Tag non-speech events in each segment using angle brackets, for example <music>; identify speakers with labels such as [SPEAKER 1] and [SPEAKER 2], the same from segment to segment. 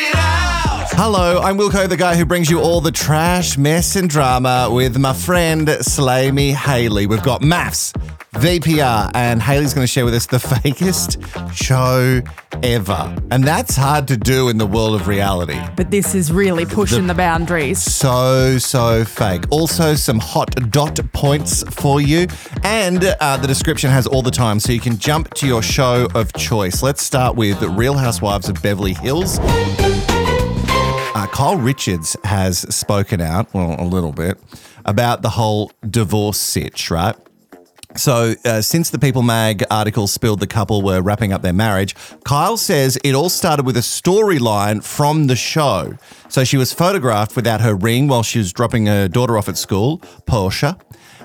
[SPEAKER 1] Hello, I'm Wilco, the guy who brings you all the trash, mess, and drama with my friend Slamy Haley. We've got maths, VPR, and Haley's going to share with us the <laughs> fakest show ever. And that's hard to do in the world of reality.
[SPEAKER 2] But this is really pushing the, boundaries.
[SPEAKER 1] So, so fake. Also, some hot dot points for you. And uh, the description has all the time, so you can jump to your show of choice. Let's start with Real Housewives of Beverly Hills. Uh, Kyle Richards has spoken out, well, a little bit, about the whole divorce sitch, right? So, uh, since the People Mag article spilled the couple were wrapping up their marriage, Kyle says it all started with a storyline from the show. So, she was photographed without her ring while she was dropping her daughter off at school, Portia.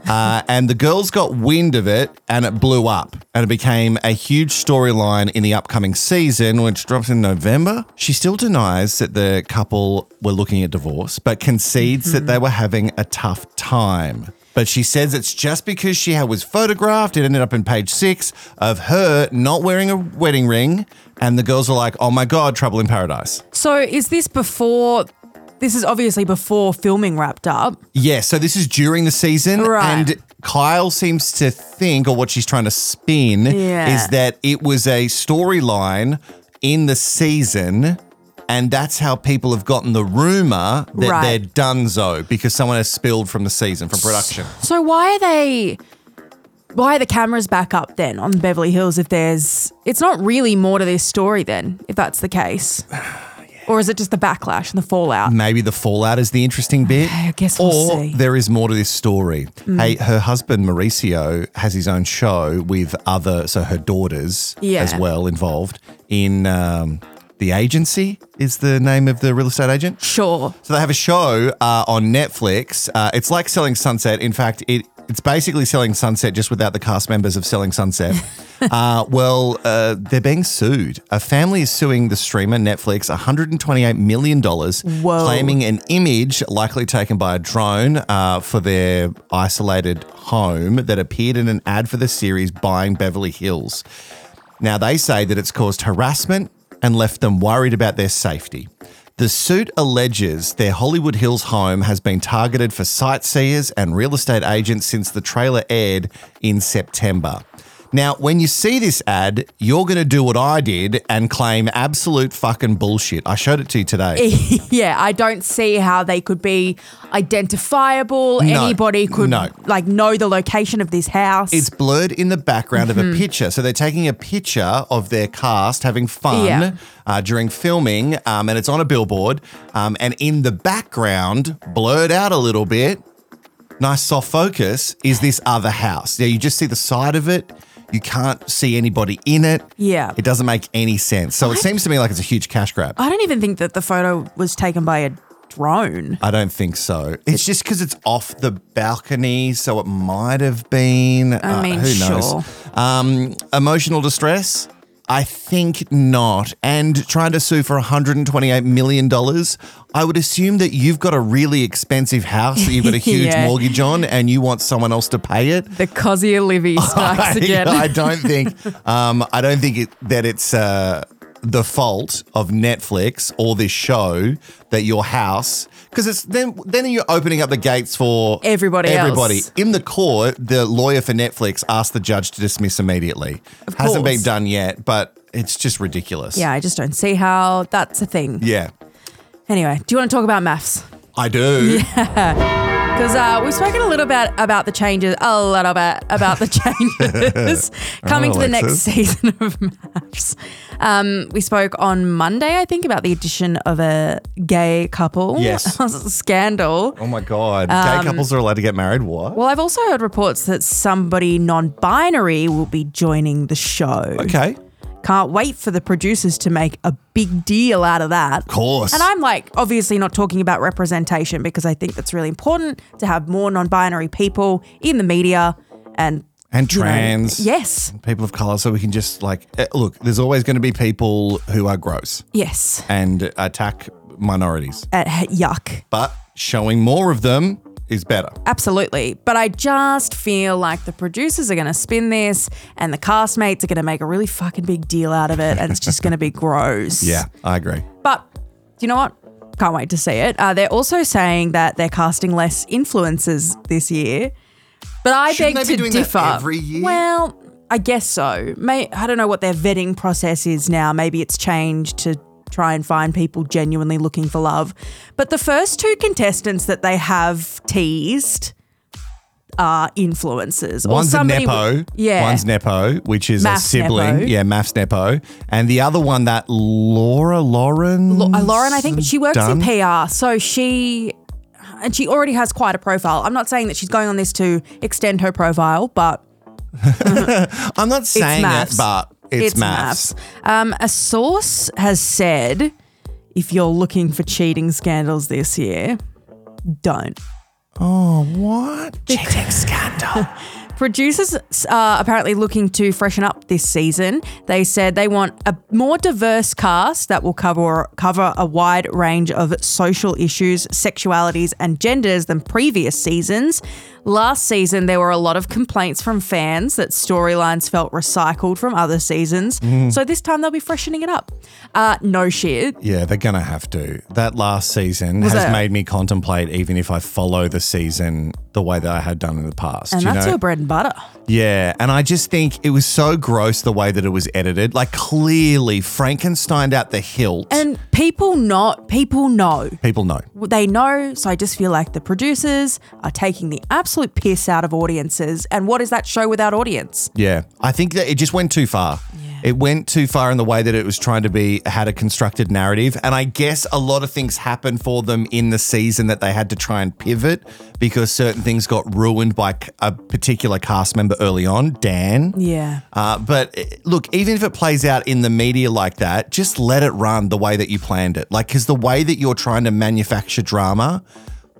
[SPEAKER 1] Uh, and the girls got wind of it and it blew up and it became a huge storyline in the upcoming season, which drops in November. She still denies that the couple were looking at divorce, but concedes that they were having a tough time. But she says it's just because she was photographed, it ended up in page six of her not wearing a wedding ring. And the girls are like, oh my God, trouble in paradise.
[SPEAKER 2] So is this before? This is obviously before filming wrapped up.
[SPEAKER 1] Yeah, so this is during the season,
[SPEAKER 2] Right.
[SPEAKER 1] and Kyle seems to think, or what she's trying to spin,
[SPEAKER 2] Yeah.
[SPEAKER 1] is that it was a storyline in the season, and that's how people have gotten the rumor that
[SPEAKER 2] Right.
[SPEAKER 1] they're donezo because someone has spilled from the season from production.
[SPEAKER 2] So why are they? Why are the cameras back up then on Beverly Hills? If there's, it's not really more to this story then, if that's
[SPEAKER 1] <sighs>
[SPEAKER 2] the case, or is it just the backlash and the fallout?
[SPEAKER 1] Maybe the fallout is the interesting bit.
[SPEAKER 2] I guess we'll
[SPEAKER 1] or
[SPEAKER 2] see. Mm.
[SPEAKER 1] there is more to this story. Hey, her husband Mauricio has his own show with other, so her daughters
[SPEAKER 2] Yeah.
[SPEAKER 1] as well involved in um, the agency. Is the name of the real estate agent?
[SPEAKER 2] Sure. <laughs>
[SPEAKER 1] So they have a show uh, on Netflix. Uh, it's like Selling Sunset. In fact, it it's basically Selling Sunset just without the cast members of Selling
[SPEAKER 2] <laughs>
[SPEAKER 1] Sunset. uh, well, uh, they're being sued. A family is suing the streamer Netflix 128 million dollars,
[SPEAKER 2] Whoa.
[SPEAKER 1] claiming an image likely taken by a drone uh, for their isolated home that appeared in an ad for the series Buying Beverly Hills. Now, they say that it's caused harassment and left them worried about their safety. The suit alleges their Hollywood Hills home has been targeted for sightseers and real estate agents since the trailer aired in September. Now, when you see this ad, you're going to do what I did and claim absolute fucking bullshit. I showed it to you today.
[SPEAKER 2] yeah, I don't see how they could be identifiable.
[SPEAKER 1] No,
[SPEAKER 2] Anybody could
[SPEAKER 1] no.
[SPEAKER 2] like know the location of this house.
[SPEAKER 1] It's blurred in the background of
[SPEAKER 2] Mm-hmm.
[SPEAKER 1] a picture. So they're taking a picture of their cast having fun
[SPEAKER 2] Yeah.
[SPEAKER 1] uh, during filming, um, and it's on a billboard. Um, and in the background, blurred out a little bit, nice soft focus, is this other house. Now you just see the side of it. You can't see anybody in it.
[SPEAKER 2] Yeah.
[SPEAKER 1] It doesn't make any sense. So it seems to me like it's a huge cash grab.
[SPEAKER 2] I don't even think that the photo was taken by a drone.
[SPEAKER 1] I don't think so. It's just because it's off the balcony, so it might have been. uh,
[SPEAKER 2] I mean,
[SPEAKER 1] who knows?
[SPEAKER 2] sure.
[SPEAKER 1] Um, emotional distress? I think not. And trying to sue for $128 million, I would assume that you've got a really expensive house that you've
[SPEAKER 2] <laughs>
[SPEAKER 1] got a huge
[SPEAKER 2] Yeah.
[SPEAKER 1] mortgage on and you want someone else to pay it.
[SPEAKER 2] The Cosy
[SPEAKER 1] <laughs>
[SPEAKER 2] Olivia
[SPEAKER 1] I,
[SPEAKER 2] strikes again.
[SPEAKER 1] I don't
[SPEAKER 2] <laughs>
[SPEAKER 1] think um, I don't think it, that it's uh, the fault of Netflix or this show that your house because it's then then you're opening up the gates for
[SPEAKER 2] Everybody else.
[SPEAKER 1] Everybody in the court, the lawyer for Netflix asked the judge to dismiss immediately. Hasn't
[SPEAKER 2] course.
[SPEAKER 1] been done yet, but it's just ridiculous.
[SPEAKER 2] yeah, I just don't see how that's a thing.
[SPEAKER 1] Yeah,
[SPEAKER 2] Anyway, do you want to talk about maths?
[SPEAKER 1] I do.
[SPEAKER 2] Because uh, we've spoken a little bit about the changes, a little bit about the <laughs>
[SPEAKER 1] <laughs>
[SPEAKER 2] changes coming to the next
[SPEAKER 1] Oh, Alexis.
[SPEAKER 2] season of maths. Um, we spoke on Monday, I think, about the addition of a gay couple. <laughs>
[SPEAKER 1] Yes.
[SPEAKER 2] Scandal.
[SPEAKER 1] Oh my god, gay couples are allowed to get married. What?
[SPEAKER 2] Um, Well, I've also heard reports that somebody non binary will be joining the show.
[SPEAKER 1] okay,
[SPEAKER 2] Can't wait for the producers to make a big deal out of that.
[SPEAKER 1] of course.
[SPEAKER 2] And I'm like, obviously, not talking about representation because I think that's really important to have more non binary people in the media and
[SPEAKER 1] and
[SPEAKER 2] you know,
[SPEAKER 1] trans.
[SPEAKER 2] yes.
[SPEAKER 1] people of color so we can just like eh, look there's always going to be people who are gross
[SPEAKER 2] Yes.
[SPEAKER 1] and attack minorities
[SPEAKER 2] Uh, yuck.
[SPEAKER 1] but showing more of them is better.
[SPEAKER 2] Absolutely. But I just feel like the producers are going to spin this and the castmates are going to make a really fucking big deal out of it and it's just going to be gross.
[SPEAKER 1] I agree.
[SPEAKER 2] But you know what? Can't wait to see it. Uh, they're also saying that they're casting less influencers this year. But I
[SPEAKER 1] Shouldn't
[SPEAKER 2] beg
[SPEAKER 1] they be
[SPEAKER 2] to
[SPEAKER 1] doing that
[SPEAKER 2] differ.
[SPEAKER 1] every year?
[SPEAKER 2] Well, I guess so. May I don't know what their vetting process is now. Maybe it's changed to try and find people genuinely looking for love. But the first two contestants that they have teased are influencers.
[SPEAKER 1] One's a
[SPEAKER 2] somebody-
[SPEAKER 1] Nepo.
[SPEAKER 2] Yeah.
[SPEAKER 1] One's Nepo, which is a
[SPEAKER 2] Maths
[SPEAKER 1] sibling.
[SPEAKER 2] Nepo.
[SPEAKER 1] Yeah, Maths Nepo. And the other one, that Laura Lauren.
[SPEAKER 2] Lo- uh, Lauren, I think she works
[SPEAKER 1] Dunn?
[SPEAKER 2] in E PR, so she and she already has quite a profile. I'm not saying that she's going on this to extend her profile, but
[SPEAKER 1] I'm not saying it,
[SPEAKER 2] maths.
[SPEAKER 1] but it's, maths.
[SPEAKER 2] Um, a source has said, if you're looking for cheating scandals this year, don't.
[SPEAKER 1] Oh, what? Cheating scandal.
[SPEAKER 2] Producers are apparently looking to freshen up this season. They said they want a more diverse cast that will cover cover a wide range of social issues, sexualities, and genders than previous seasons. Last season, there were a lot of complaints from fans that storylines felt recycled from other seasons.
[SPEAKER 1] Mm.
[SPEAKER 2] So this time they'll be freshening it up. Uh, no shit.
[SPEAKER 1] yeah, they're going to have to. That last season
[SPEAKER 2] Was
[SPEAKER 1] has
[SPEAKER 2] it-
[SPEAKER 1] made me contemplate even if I follow the season the way that I had done in the past.
[SPEAKER 2] And
[SPEAKER 1] you
[SPEAKER 2] that's
[SPEAKER 1] know?
[SPEAKER 2] your bread and butter.
[SPEAKER 1] Yeah, and I just think it was so gross the way that it was edited. Like clearly Frankenstein out the hilt.
[SPEAKER 2] And people not people know.
[SPEAKER 1] People know.
[SPEAKER 2] they know. So I just feel like the producers are taking the absolute piss out of audiences. And what is that show without audience?
[SPEAKER 1] Yeah, I think that it just went too far. It went too far in the way that it was trying to be had a constructed narrative, and I guess a lot of things happened for them in the season that they had to try and pivot because certain things got ruined by c- a particular cast member early on, Dan.
[SPEAKER 2] Yeah.
[SPEAKER 1] Uh, but eh, look, even if it plays out in the media like that, just let it run the way that you planned it. Like, because the way that you're trying to manufacture drama,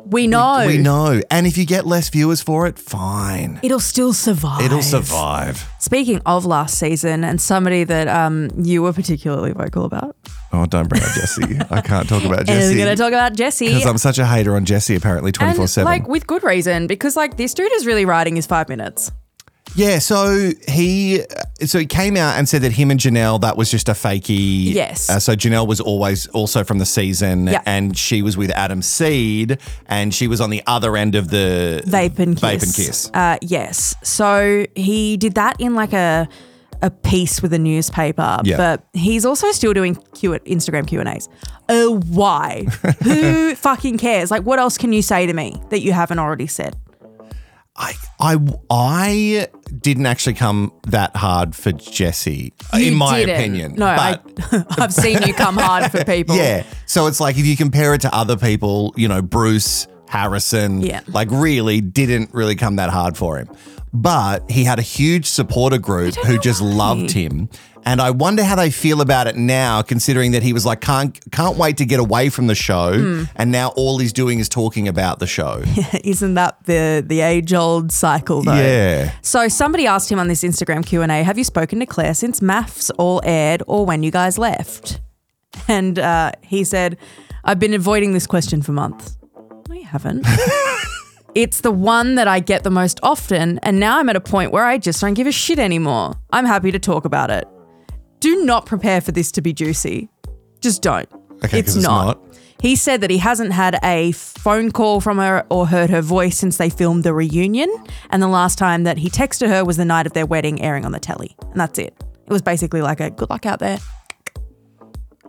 [SPEAKER 2] We know.
[SPEAKER 1] we know. And if you get less viewers for it, fine.
[SPEAKER 2] It'll still survive.
[SPEAKER 1] It'll survive.
[SPEAKER 2] Speaking of last season and somebody that um, you were particularly vocal about.
[SPEAKER 1] Oh, don't bring up Jesse. I can't talk about
[SPEAKER 2] <laughs> And
[SPEAKER 1] Jesse
[SPEAKER 2] we're going to talk about Jesse.
[SPEAKER 1] because I'm such a hater on Jesse. Apparently, twenty four
[SPEAKER 2] And
[SPEAKER 1] seven.
[SPEAKER 2] like with good reason, because like this dude is really riding his five minutes.
[SPEAKER 1] Yeah. So he, uh, so he came out and said that him and Janelle that was just a fakey.
[SPEAKER 2] Yes.
[SPEAKER 1] Uh, so Janelle was always also from the season,
[SPEAKER 2] Yeah.
[SPEAKER 1] and she was with Adam Seed, and she was on the other end of the
[SPEAKER 2] Vape and kiss.
[SPEAKER 1] Vape and kiss.
[SPEAKER 2] Uh, yes. So he did that in like a a piece with a newspaper,
[SPEAKER 1] Yeah.
[SPEAKER 2] but he's also still doing Q- Instagram Q and A's. Oh, why?
[SPEAKER 1] <laughs>
[SPEAKER 2] Who fucking cares? Like, what else can you say to me that you haven't already said?
[SPEAKER 1] I, I, I didn't actually come that hard for Jesse, in
[SPEAKER 2] You
[SPEAKER 1] my
[SPEAKER 2] didn't.
[SPEAKER 1] opinion.
[SPEAKER 2] no,
[SPEAKER 1] but
[SPEAKER 2] I, <laughs> I've seen you come
[SPEAKER 1] <laughs>
[SPEAKER 2] hard for people.
[SPEAKER 1] Yeah. So it's like if you compare it to other people, you know, Bruce Harrison,
[SPEAKER 2] Yeah.
[SPEAKER 1] like really didn't really come that hard for him. But he had a huge supporter group who just loved him. And I wonder how they feel about it now, considering that he was like, can't can't wait to get away from the show. And now all he's doing is talking about the show.
[SPEAKER 2] <laughs> Isn't that the the age old cycle though?
[SPEAKER 1] Yeah.
[SPEAKER 2] So somebody asked him on this Instagram Q&A, have you spoken to Claire since maths all aired or when you guys left? And uh, he said, I've been avoiding this question for months. No, you haven't. it's the one that I get the most often and now I'm at a point where I just don't give a shit anymore. I'm happy to talk about it. Do not prepare for this to be juicy. Just don't.
[SPEAKER 1] Okay, 'cause it's not.
[SPEAKER 2] He said that he hasn't had a phone call from her or heard her voice since they filmed the reunion. And the last time that he texted her was the night of their wedding airing on the telly. And that's it. It was basically like a good luck out there.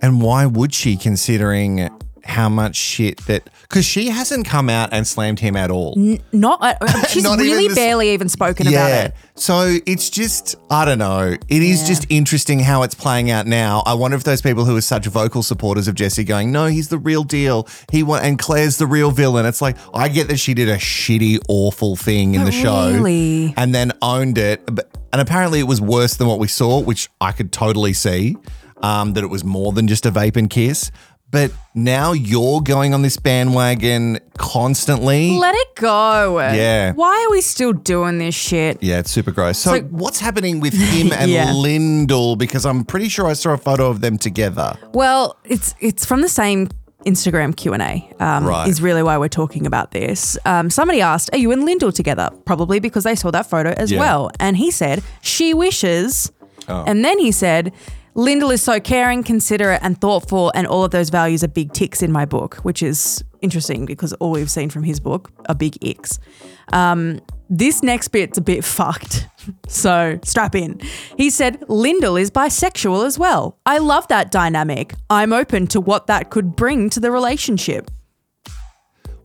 [SPEAKER 1] And why would she, considering how much shit that because she hasn't come out and slammed him at all.
[SPEAKER 2] Not,
[SPEAKER 1] <laughs>
[SPEAKER 2] uh, she's
[SPEAKER 1] Not even
[SPEAKER 2] really
[SPEAKER 1] this-
[SPEAKER 2] barely even spoken about it.
[SPEAKER 1] So it's just, I don't know. It is
[SPEAKER 2] Yeah.
[SPEAKER 1] just interesting how it's playing out now. I wonder if those people who are such vocal supporters of Jesse going, no, he's the real deal. He wa- and Claire's the real villain. It's like I get that she did a shitty, awful thing in
[SPEAKER 2] But
[SPEAKER 1] the show,
[SPEAKER 2] really.
[SPEAKER 1] and then owned it. But, and apparently, it was worse than what we saw, which I could totally see. Um, that it was more than just a vape and kiss. But now you're going on this bandwagon constantly.
[SPEAKER 2] Let it go.
[SPEAKER 1] Yeah.
[SPEAKER 2] Why are we still doing this shit?
[SPEAKER 1] Yeah, it's super gross. So, what's happening
[SPEAKER 2] <laughs>
[SPEAKER 1] with him and
[SPEAKER 2] Yeah.
[SPEAKER 1] Lindell? Because I'm pretty sure I saw a photo of them together.
[SPEAKER 2] Well, it's it's from the same Instagram Q and A um,
[SPEAKER 1] Right.
[SPEAKER 2] is really why we're talking about this. Um, somebody asked, "Are you and Lyndall together?" Probably because they saw that photo as
[SPEAKER 1] Yeah.
[SPEAKER 2] well, and he said, "She wishes," and then he said. Lyndall is so caring, considerate, and thoughtful, and all of those values are big ticks in my book, which is interesting because all we've seen from his book are big icks. Um, This next bit's a bit <laughs> fucked. So strap in. He said, Lyndall is bisexual as well. I love that dynamic. I'm open to what that could bring to the relationship.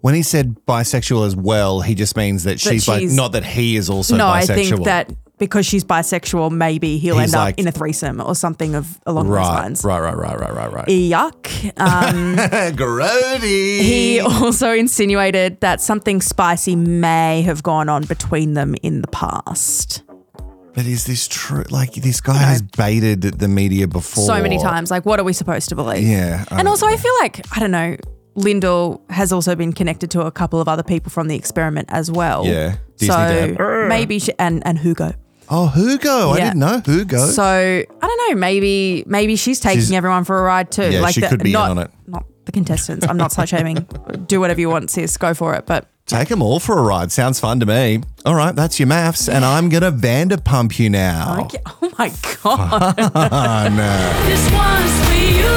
[SPEAKER 1] When he said bisexual as well, he just means that she's, like,
[SPEAKER 2] she's-
[SPEAKER 1] not that he is also
[SPEAKER 2] no,
[SPEAKER 1] bisexual.
[SPEAKER 2] I think that because she's bisexual, maybe he'll
[SPEAKER 1] He's
[SPEAKER 2] end up
[SPEAKER 1] like-
[SPEAKER 2] in a threesome or something of along those
[SPEAKER 1] Right,
[SPEAKER 2] lines.
[SPEAKER 1] right, right, right, right, right, right.
[SPEAKER 2] Yuck.
[SPEAKER 1] <laughs>
[SPEAKER 2] Um,
[SPEAKER 1] Grody.
[SPEAKER 2] he <laughs> also insinuated that something spicy may have gone on between them in the past.
[SPEAKER 1] but is this true? Like, this guy has baited the media before.
[SPEAKER 2] so many times. Like, what are we supposed to believe?
[SPEAKER 1] Yeah. I
[SPEAKER 2] and
[SPEAKER 1] don't
[SPEAKER 2] also, I feel like, I don't know, Lyndall has also been connected to a couple of other people from the experiment as well.
[SPEAKER 1] Yeah. Disney
[SPEAKER 2] so
[SPEAKER 1] Dad.
[SPEAKER 2] maybe, she, and, and Hugo.
[SPEAKER 1] Oh, Hugo. I
[SPEAKER 2] Yeah.
[SPEAKER 1] didn't know Hugo.
[SPEAKER 2] So I don't know, maybe, maybe she's taking
[SPEAKER 1] Oh. She's-
[SPEAKER 2] everyone for a ride too.
[SPEAKER 1] Yeah, she
[SPEAKER 2] the-
[SPEAKER 1] could be in
[SPEAKER 2] not,
[SPEAKER 1] on it.
[SPEAKER 2] Not the contestants. I'm not slut shaming. Do whatever you want, sis. Go for it. But
[SPEAKER 1] Take them all for a ride. Sounds fun to me. All right, that's your maths, and I'm gonna Vanderpump you now.
[SPEAKER 2] oh, my God.
[SPEAKER 1] Oh no.
[SPEAKER 3] This one's for you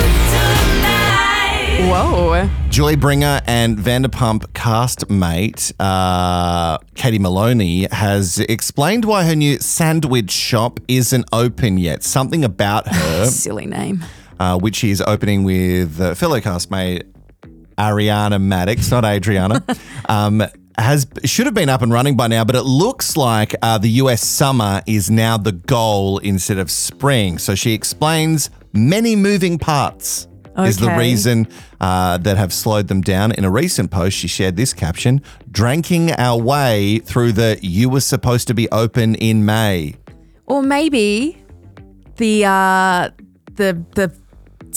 [SPEAKER 3] tonight.
[SPEAKER 2] Whoa.
[SPEAKER 1] Joy Bringer and Vanderpump castmate uh, Katie Maloney has explained why her new sandwich shop isn't open yet. Something about
[SPEAKER 2] <laughs>
[SPEAKER 1] her,
[SPEAKER 2] Silly name.
[SPEAKER 1] uh, which she is opening with uh, fellow castmate Ariana Maddox, not Adriana, um, has should have been up and running by now, but it looks like uh, the US summer is now the goal instead of spring. So she explains many moving parts. Is the
[SPEAKER 2] Okay.
[SPEAKER 1] reason uh, that have slowed them down. In a recent post, she shared this caption dranking our way through the you were supposed to be open in May.
[SPEAKER 2] Or maybe the uh, the the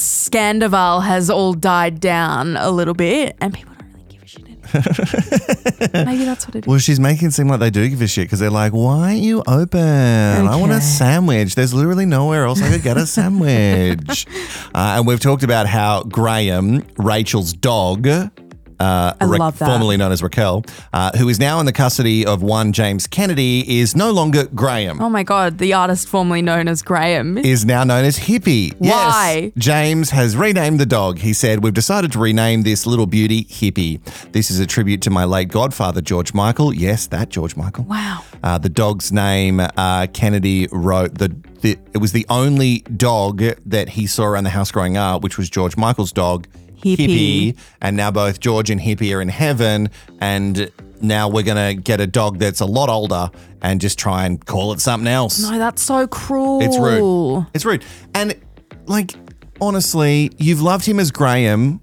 [SPEAKER 2] Scandival has all died down a little bit, and people don't really give a shit anymore.
[SPEAKER 1] <laughs>
[SPEAKER 2] maybe that's what it is.
[SPEAKER 1] Well, she's making it seem like they do give a shit because they're like, why aren't you open? I want a
[SPEAKER 2] Okay.
[SPEAKER 1] sandwich. There's literally nowhere else I could get a sandwich.
[SPEAKER 2] <laughs>
[SPEAKER 1] uh, and we've talked about how Graham, Rachel's dog, uh,
[SPEAKER 2] love that.
[SPEAKER 1] formerly known as Raquel, uh, who is now in the custody of one James Kennedy, is no longer Graham.
[SPEAKER 2] Oh my god, the artist formerly known as Graham.
[SPEAKER 1] Is now known as Hippie.
[SPEAKER 2] Why?
[SPEAKER 1] Yes. James has renamed the dog. He said, We've decided to rename this little beauty Hippie. This is a tribute to my late godfather, George Michael. Yes, that George Michael.
[SPEAKER 2] Wow.
[SPEAKER 1] Uh, the dog's name, uh, Kennedy wrote the, the. It was the only dog that he saw around the house growing up, which was George Michael's dog,
[SPEAKER 2] Hippie.
[SPEAKER 1] And now both George and Hippie are in heaven, and now we're gonna get a dog that's a lot older and just try and call it something else.
[SPEAKER 2] No, Oh, that's so cruel.
[SPEAKER 1] It's rude. It's rude. And like, honestly, you've loved him as Graham.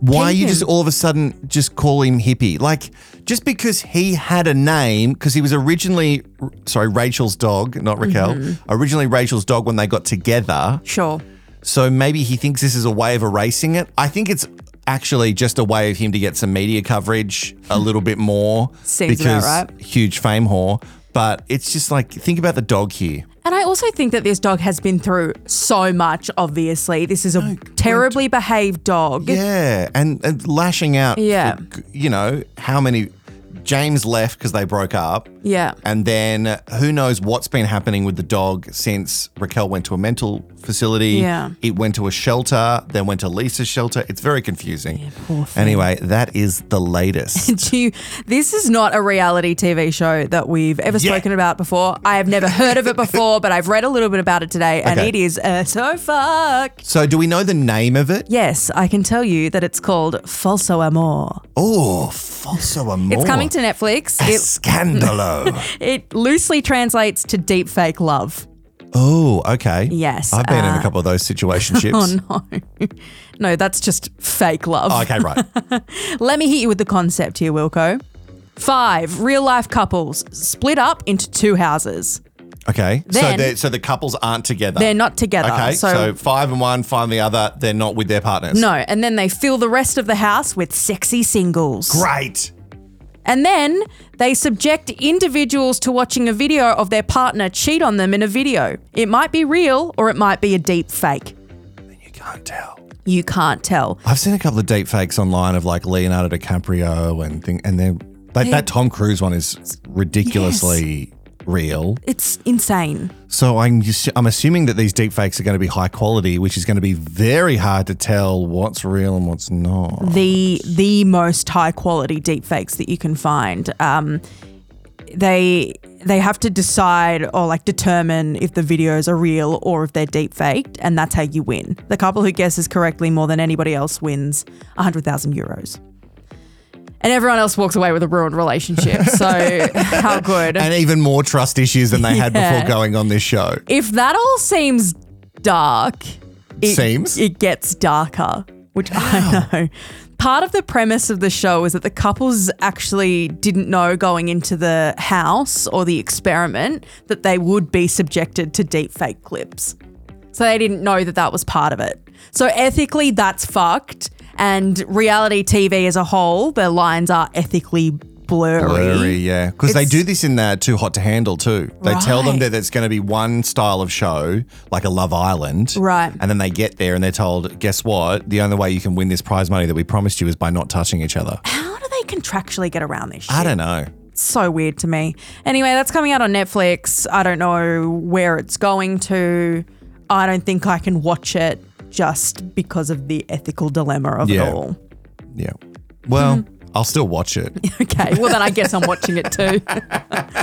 [SPEAKER 1] Why are
[SPEAKER 2] Keep
[SPEAKER 1] you
[SPEAKER 2] him.
[SPEAKER 1] just all of a sudden just call him hippie? Like, just because he had a name, because he was originally, sorry, Rachel's dog, not Raquel,
[SPEAKER 2] Mm-hmm.
[SPEAKER 1] originally Rachel's dog when they got together.
[SPEAKER 2] Sure.
[SPEAKER 1] So maybe he thinks this is a way of erasing it. I think it's actually just a way of him to get some media coverage
[SPEAKER 2] <laughs>
[SPEAKER 1] a little bit more.
[SPEAKER 2] Seems about
[SPEAKER 1] because
[SPEAKER 2] right.
[SPEAKER 1] huge fame whore. But it's just like, think about the dog here.
[SPEAKER 2] And I also think that this dog has been through so much, obviously. This is a terribly behaved dog.
[SPEAKER 1] Oh,
[SPEAKER 2] <laughs>
[SPEAKER 1] Yeah, and, and lashing out. for
[SPEAKER 2] Yeah.
[SPEAKER 1] g- you know how many? James left because they broke up.
[SPEAKER 2] Yeah.
[SPEAKER 1] And then who knows what's been happening with the dog since Raquel went to a mental facility.
[SPEAKER 2] Yeah.
[SPEAKER 1] It went to a shelter, then went to Lisa's shelter. It's very confusing.
[SPEAKER 2] poor thing.
[SPEAKER 1] Anyway, that is the
[SPEAKER 2] <laughs>
[SPEAKER 1] latest.
[SPEAKER 2] Do you, this is not a reality TV show that we've ever
[SPEAKER 1] Yeah.
[SPEAKER 2] spoken about before. I have never heard of it before, but I've read a little bit about it today, and
[SPEAKER 1] Okay.
[SPEAKER 2] it is uh, so fuck.
[SPEAKER 1] so, do we know the name of it?
[SPEAKER 2] Yes, I can tell you that it's called Falso Amor.
[SPEAKER 1] Oh, falso amor.
[SPEAKER 2] It's coming to Netflix. It, <laughs>
[SPEAKER 1] Scandalo.
[SPEAKER 2] it loosely translates to deep fake love. <laughs>
[SPEAKER 1] oh, okay.
[SPEAKER 2] Yes,
[SPEAKER 1] I've been in a
[SPEAKER 2] uh,
[SPEAKER 1] couple of
[SPEAKER 2] <laughs>
[SPEAKER 1] those situationships.
[SPEAKER 2] Oh no. no, that's just fake love.
[SPEAKER 1] oh, okay, right.
[SPEAKER 2] Let me hit you with the concept here, Wilco. Five real life couples split up into two houses.
[SPEAKER 1] Okay. so,
[SPEAKER 2] Then-
[SPEAKER 1] they're- so the couples aren't together.
[SPEAKER 2] They're not together.
[SPEAKER 1] Okay. So,
[SPEAKER 2] so
[SPEAKER 1] five and one, five and the other. They're not with their partners.
[SPEAKER 2] No, and then they fill the rest of the house with sexy singles.
[SPEAKER 1] Great.
[SPEAKER 2] And then they subject individuals to watching a video of their partner cheat on them in a video. It might be real or it might be a deep fake.
[SPEAKER 1] You can't tell.
[SPEAKER 2] you can't tell.
[SPEAKER 1] I've seen a couple of deep fakes online of like Leonardo DiCaprio and thing, and then like that Tom Cruise one is ridiculously real.
[SPEAKER 2] It's insane.
[SPEAKER 1] So I'm just, I'm assuming that these deep fakes are going to be high quality, which is going to be very hard to tell what's real and what's not.
[SPEAKER 2] the the most high quality deepfakes that you can find. Um, they they have to decide or like determine if the videos are real or if they're deepfaked, and that's how you win. The couple who guesses correctly more than anybody else wins hundred thousand euros. And everyone else walks away with a ruined relationship. So how good?
[SPEAKER 1] And even more trust issues than they had
[SPEAKER 2] Yeah.
[SPEAKER 1] before going on this show.
[SPEAKER 2] if that all seems dark, it,
[SPEAKER 1] Seems?
[SPEAKER 2] it gets darker, which I know. Part of the premise of the show is that the couples actually didn't know going into the house or the experiment that they would be subjected to deep fake clips. So they didn't know that that was part of it. So ethically, that's fucked. And reality TV as a whole, their lines are ethically blurry.
[SPEAKER 1] Blurry, yeah. Because they
[SPEAKER 2] It's-
[SPEAKER 1] do this in there Too Hot to Handle too. They tell them
[SPEAKER 2] Right.
[SPEAKER 1] that it's going to be one style of show, like a Love Island.
[SPEAKER 2] Right.
[SPEAKER 1] And then they get there and they're told, guess what? The only way you can win this prize money that we promised you is by not touching each other.
[SPEAKER 2] How do they contractually get around this shit?
[SPEAKER 1] I don't know.
[SPEAKER 2] so weird to me. Anyway, that's coming out on Netflix. I don't know where it's going to. I don't think I can watch it just because of the ethical dilemma of
[SPEAKER 1] Yeah.
[SPEAKER 2] it all. <laughs>
[SPEAKER 1] Yeah.
[SPEAKER 2] Hmm.
[SPEAKER 1] Well, I'll still watch it.
[SPEAKER 2] Okay, well then I guess I'm watching it too. <laughs>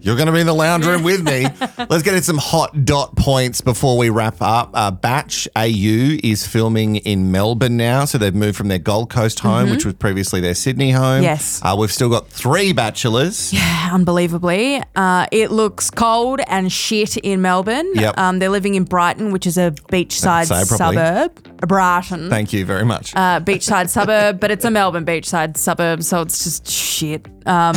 [SPEAKER 1] You're going to be in the lounge room with
[SPEAKER 2] <laughs>
[SPEAKER 1] me. Let's get in some hot dot points before we wrap up. Uh, Batch AU is filming in Melbourne now. So they've moved from their Gold Coast home, which was previously their Sydney home.
[SPEAKER 2] Mm-hmm. Yes.
[SPEAKER 1] Uh, we've still got three bachelors.
[SPEAKER 2] Unbelievably, uh, it looks cold and shit in Melbourne.
[SPEAKER 1] Yep.
[SPEAKER 2] Um, they're living in Brighton, which is a beachside
[SPEAKER 1] Say it properly.
[SPEAKER 2] suburb. Uh, Brighton.
[SPEAKER 1] Thank you very much.
[SPEAKER 2] uh, beachside suburb, but it's a Melbourne beachside suburb, so it's just shit. Um,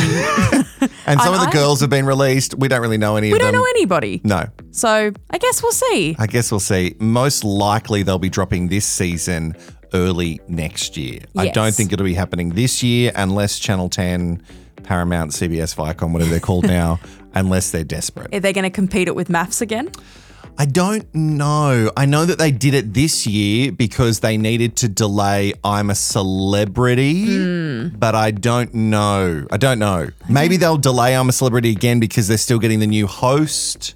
[SPEAKER 1] and some
[SPEAKER 2] and
[SPEAKER 1] of the
[SPEAKER 2] I-
[SPEAKER 1] girls have been released. We don't really know any
[SPEAKER 2] we
[SPEAKER 1] of
[SPEAKER 2] don't
[SPEAKER 1] them.
[SPEAKER 2] know anybody.
[SPEAKER 1] No.
[SPEAKER 2] So I guess we'll see.
[SPEAKER 1] I guess we'll see. Most likely they'll be dropping this season early next year. I
[SPEAKER 2] Yes.
[SPEAKER 1] don't think it'll be happening this year unless Channel 10, Paramount, CBS, Viacom, whatever they're called now, unless they're desperate.
[SPEAKER 2] Are they going to compete it with maths again?
[SPEAKER 1] I don't know. I know that they did it this year because they needed to delay I'm a Celebrity,
[SPEAKER 2] Hmm.
[SPEAKER 1] but I don't know. I don't know. Maybe they'll delay I'm a Celebrity again because they're still getting the new host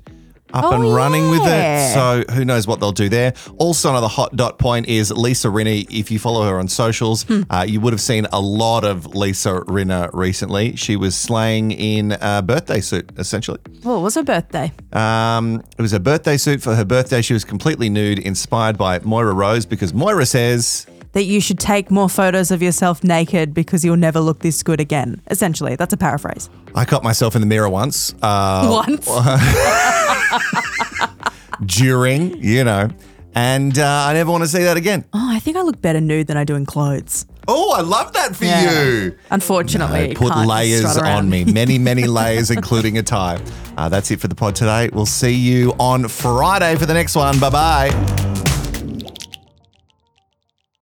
[SPEAKER 1] up
[SPEAKER 2] Oh,
[SPEAKER 1] and running with it.
[SPEAKER 2] yeah.
[SPEAKER 1] So who knows what they'll do there. Also, another hot dot point is Lisa Rinna. If you follow her on socials,
[SPEAKER 2] Hmm.
[SPEAKER 1] uh, you would have seen a lot of Lisa Rinna recently. She was slaying in a birthday suit, essentially.
[SPEAKER 2] Well, it was her birthday.
[SPEAKER 1] Um, it was her birthday suit for her birthday. She was completely nude, inspired by Moira Rose, because Moira says,
[SPEAKER 2] That you should take more photos of yourself naked because you'll never look this good again. Essentially, that's a paraphrase.
[SPEAKER 1] I caught myself in the mirror once
[SPEAKER 2] <laughs>
[SPEAKER 1] uh,
[SPEAKER 2] Once.
[SPEAKER 1] during, you know, and uh, I never want to see that
[SPEAKER 2] <gasps>
[SPEAKER 1] again.
[SPEAKER 2] Oh, I think I look better nude than I do in clothes.
[SPEAKER 1] Oh, I love that for
[SPEAKER 2] Yeah.
[SPEAKER 1] you.
[SPEAKER 2] Unfortunately,
[SPEAKER 1] They put
[SPEAKER 2] can't
[SPEAKER 1] layers
[SPEAKER 2] strut
[SPEAKER 1] on
[SPEAKER 2] around. <laughs>
[SPEAKER 1] me, many, many layers, including a tie. Uh, that's it for the pod today. We'll see you on Friday for the next one. Bye bye.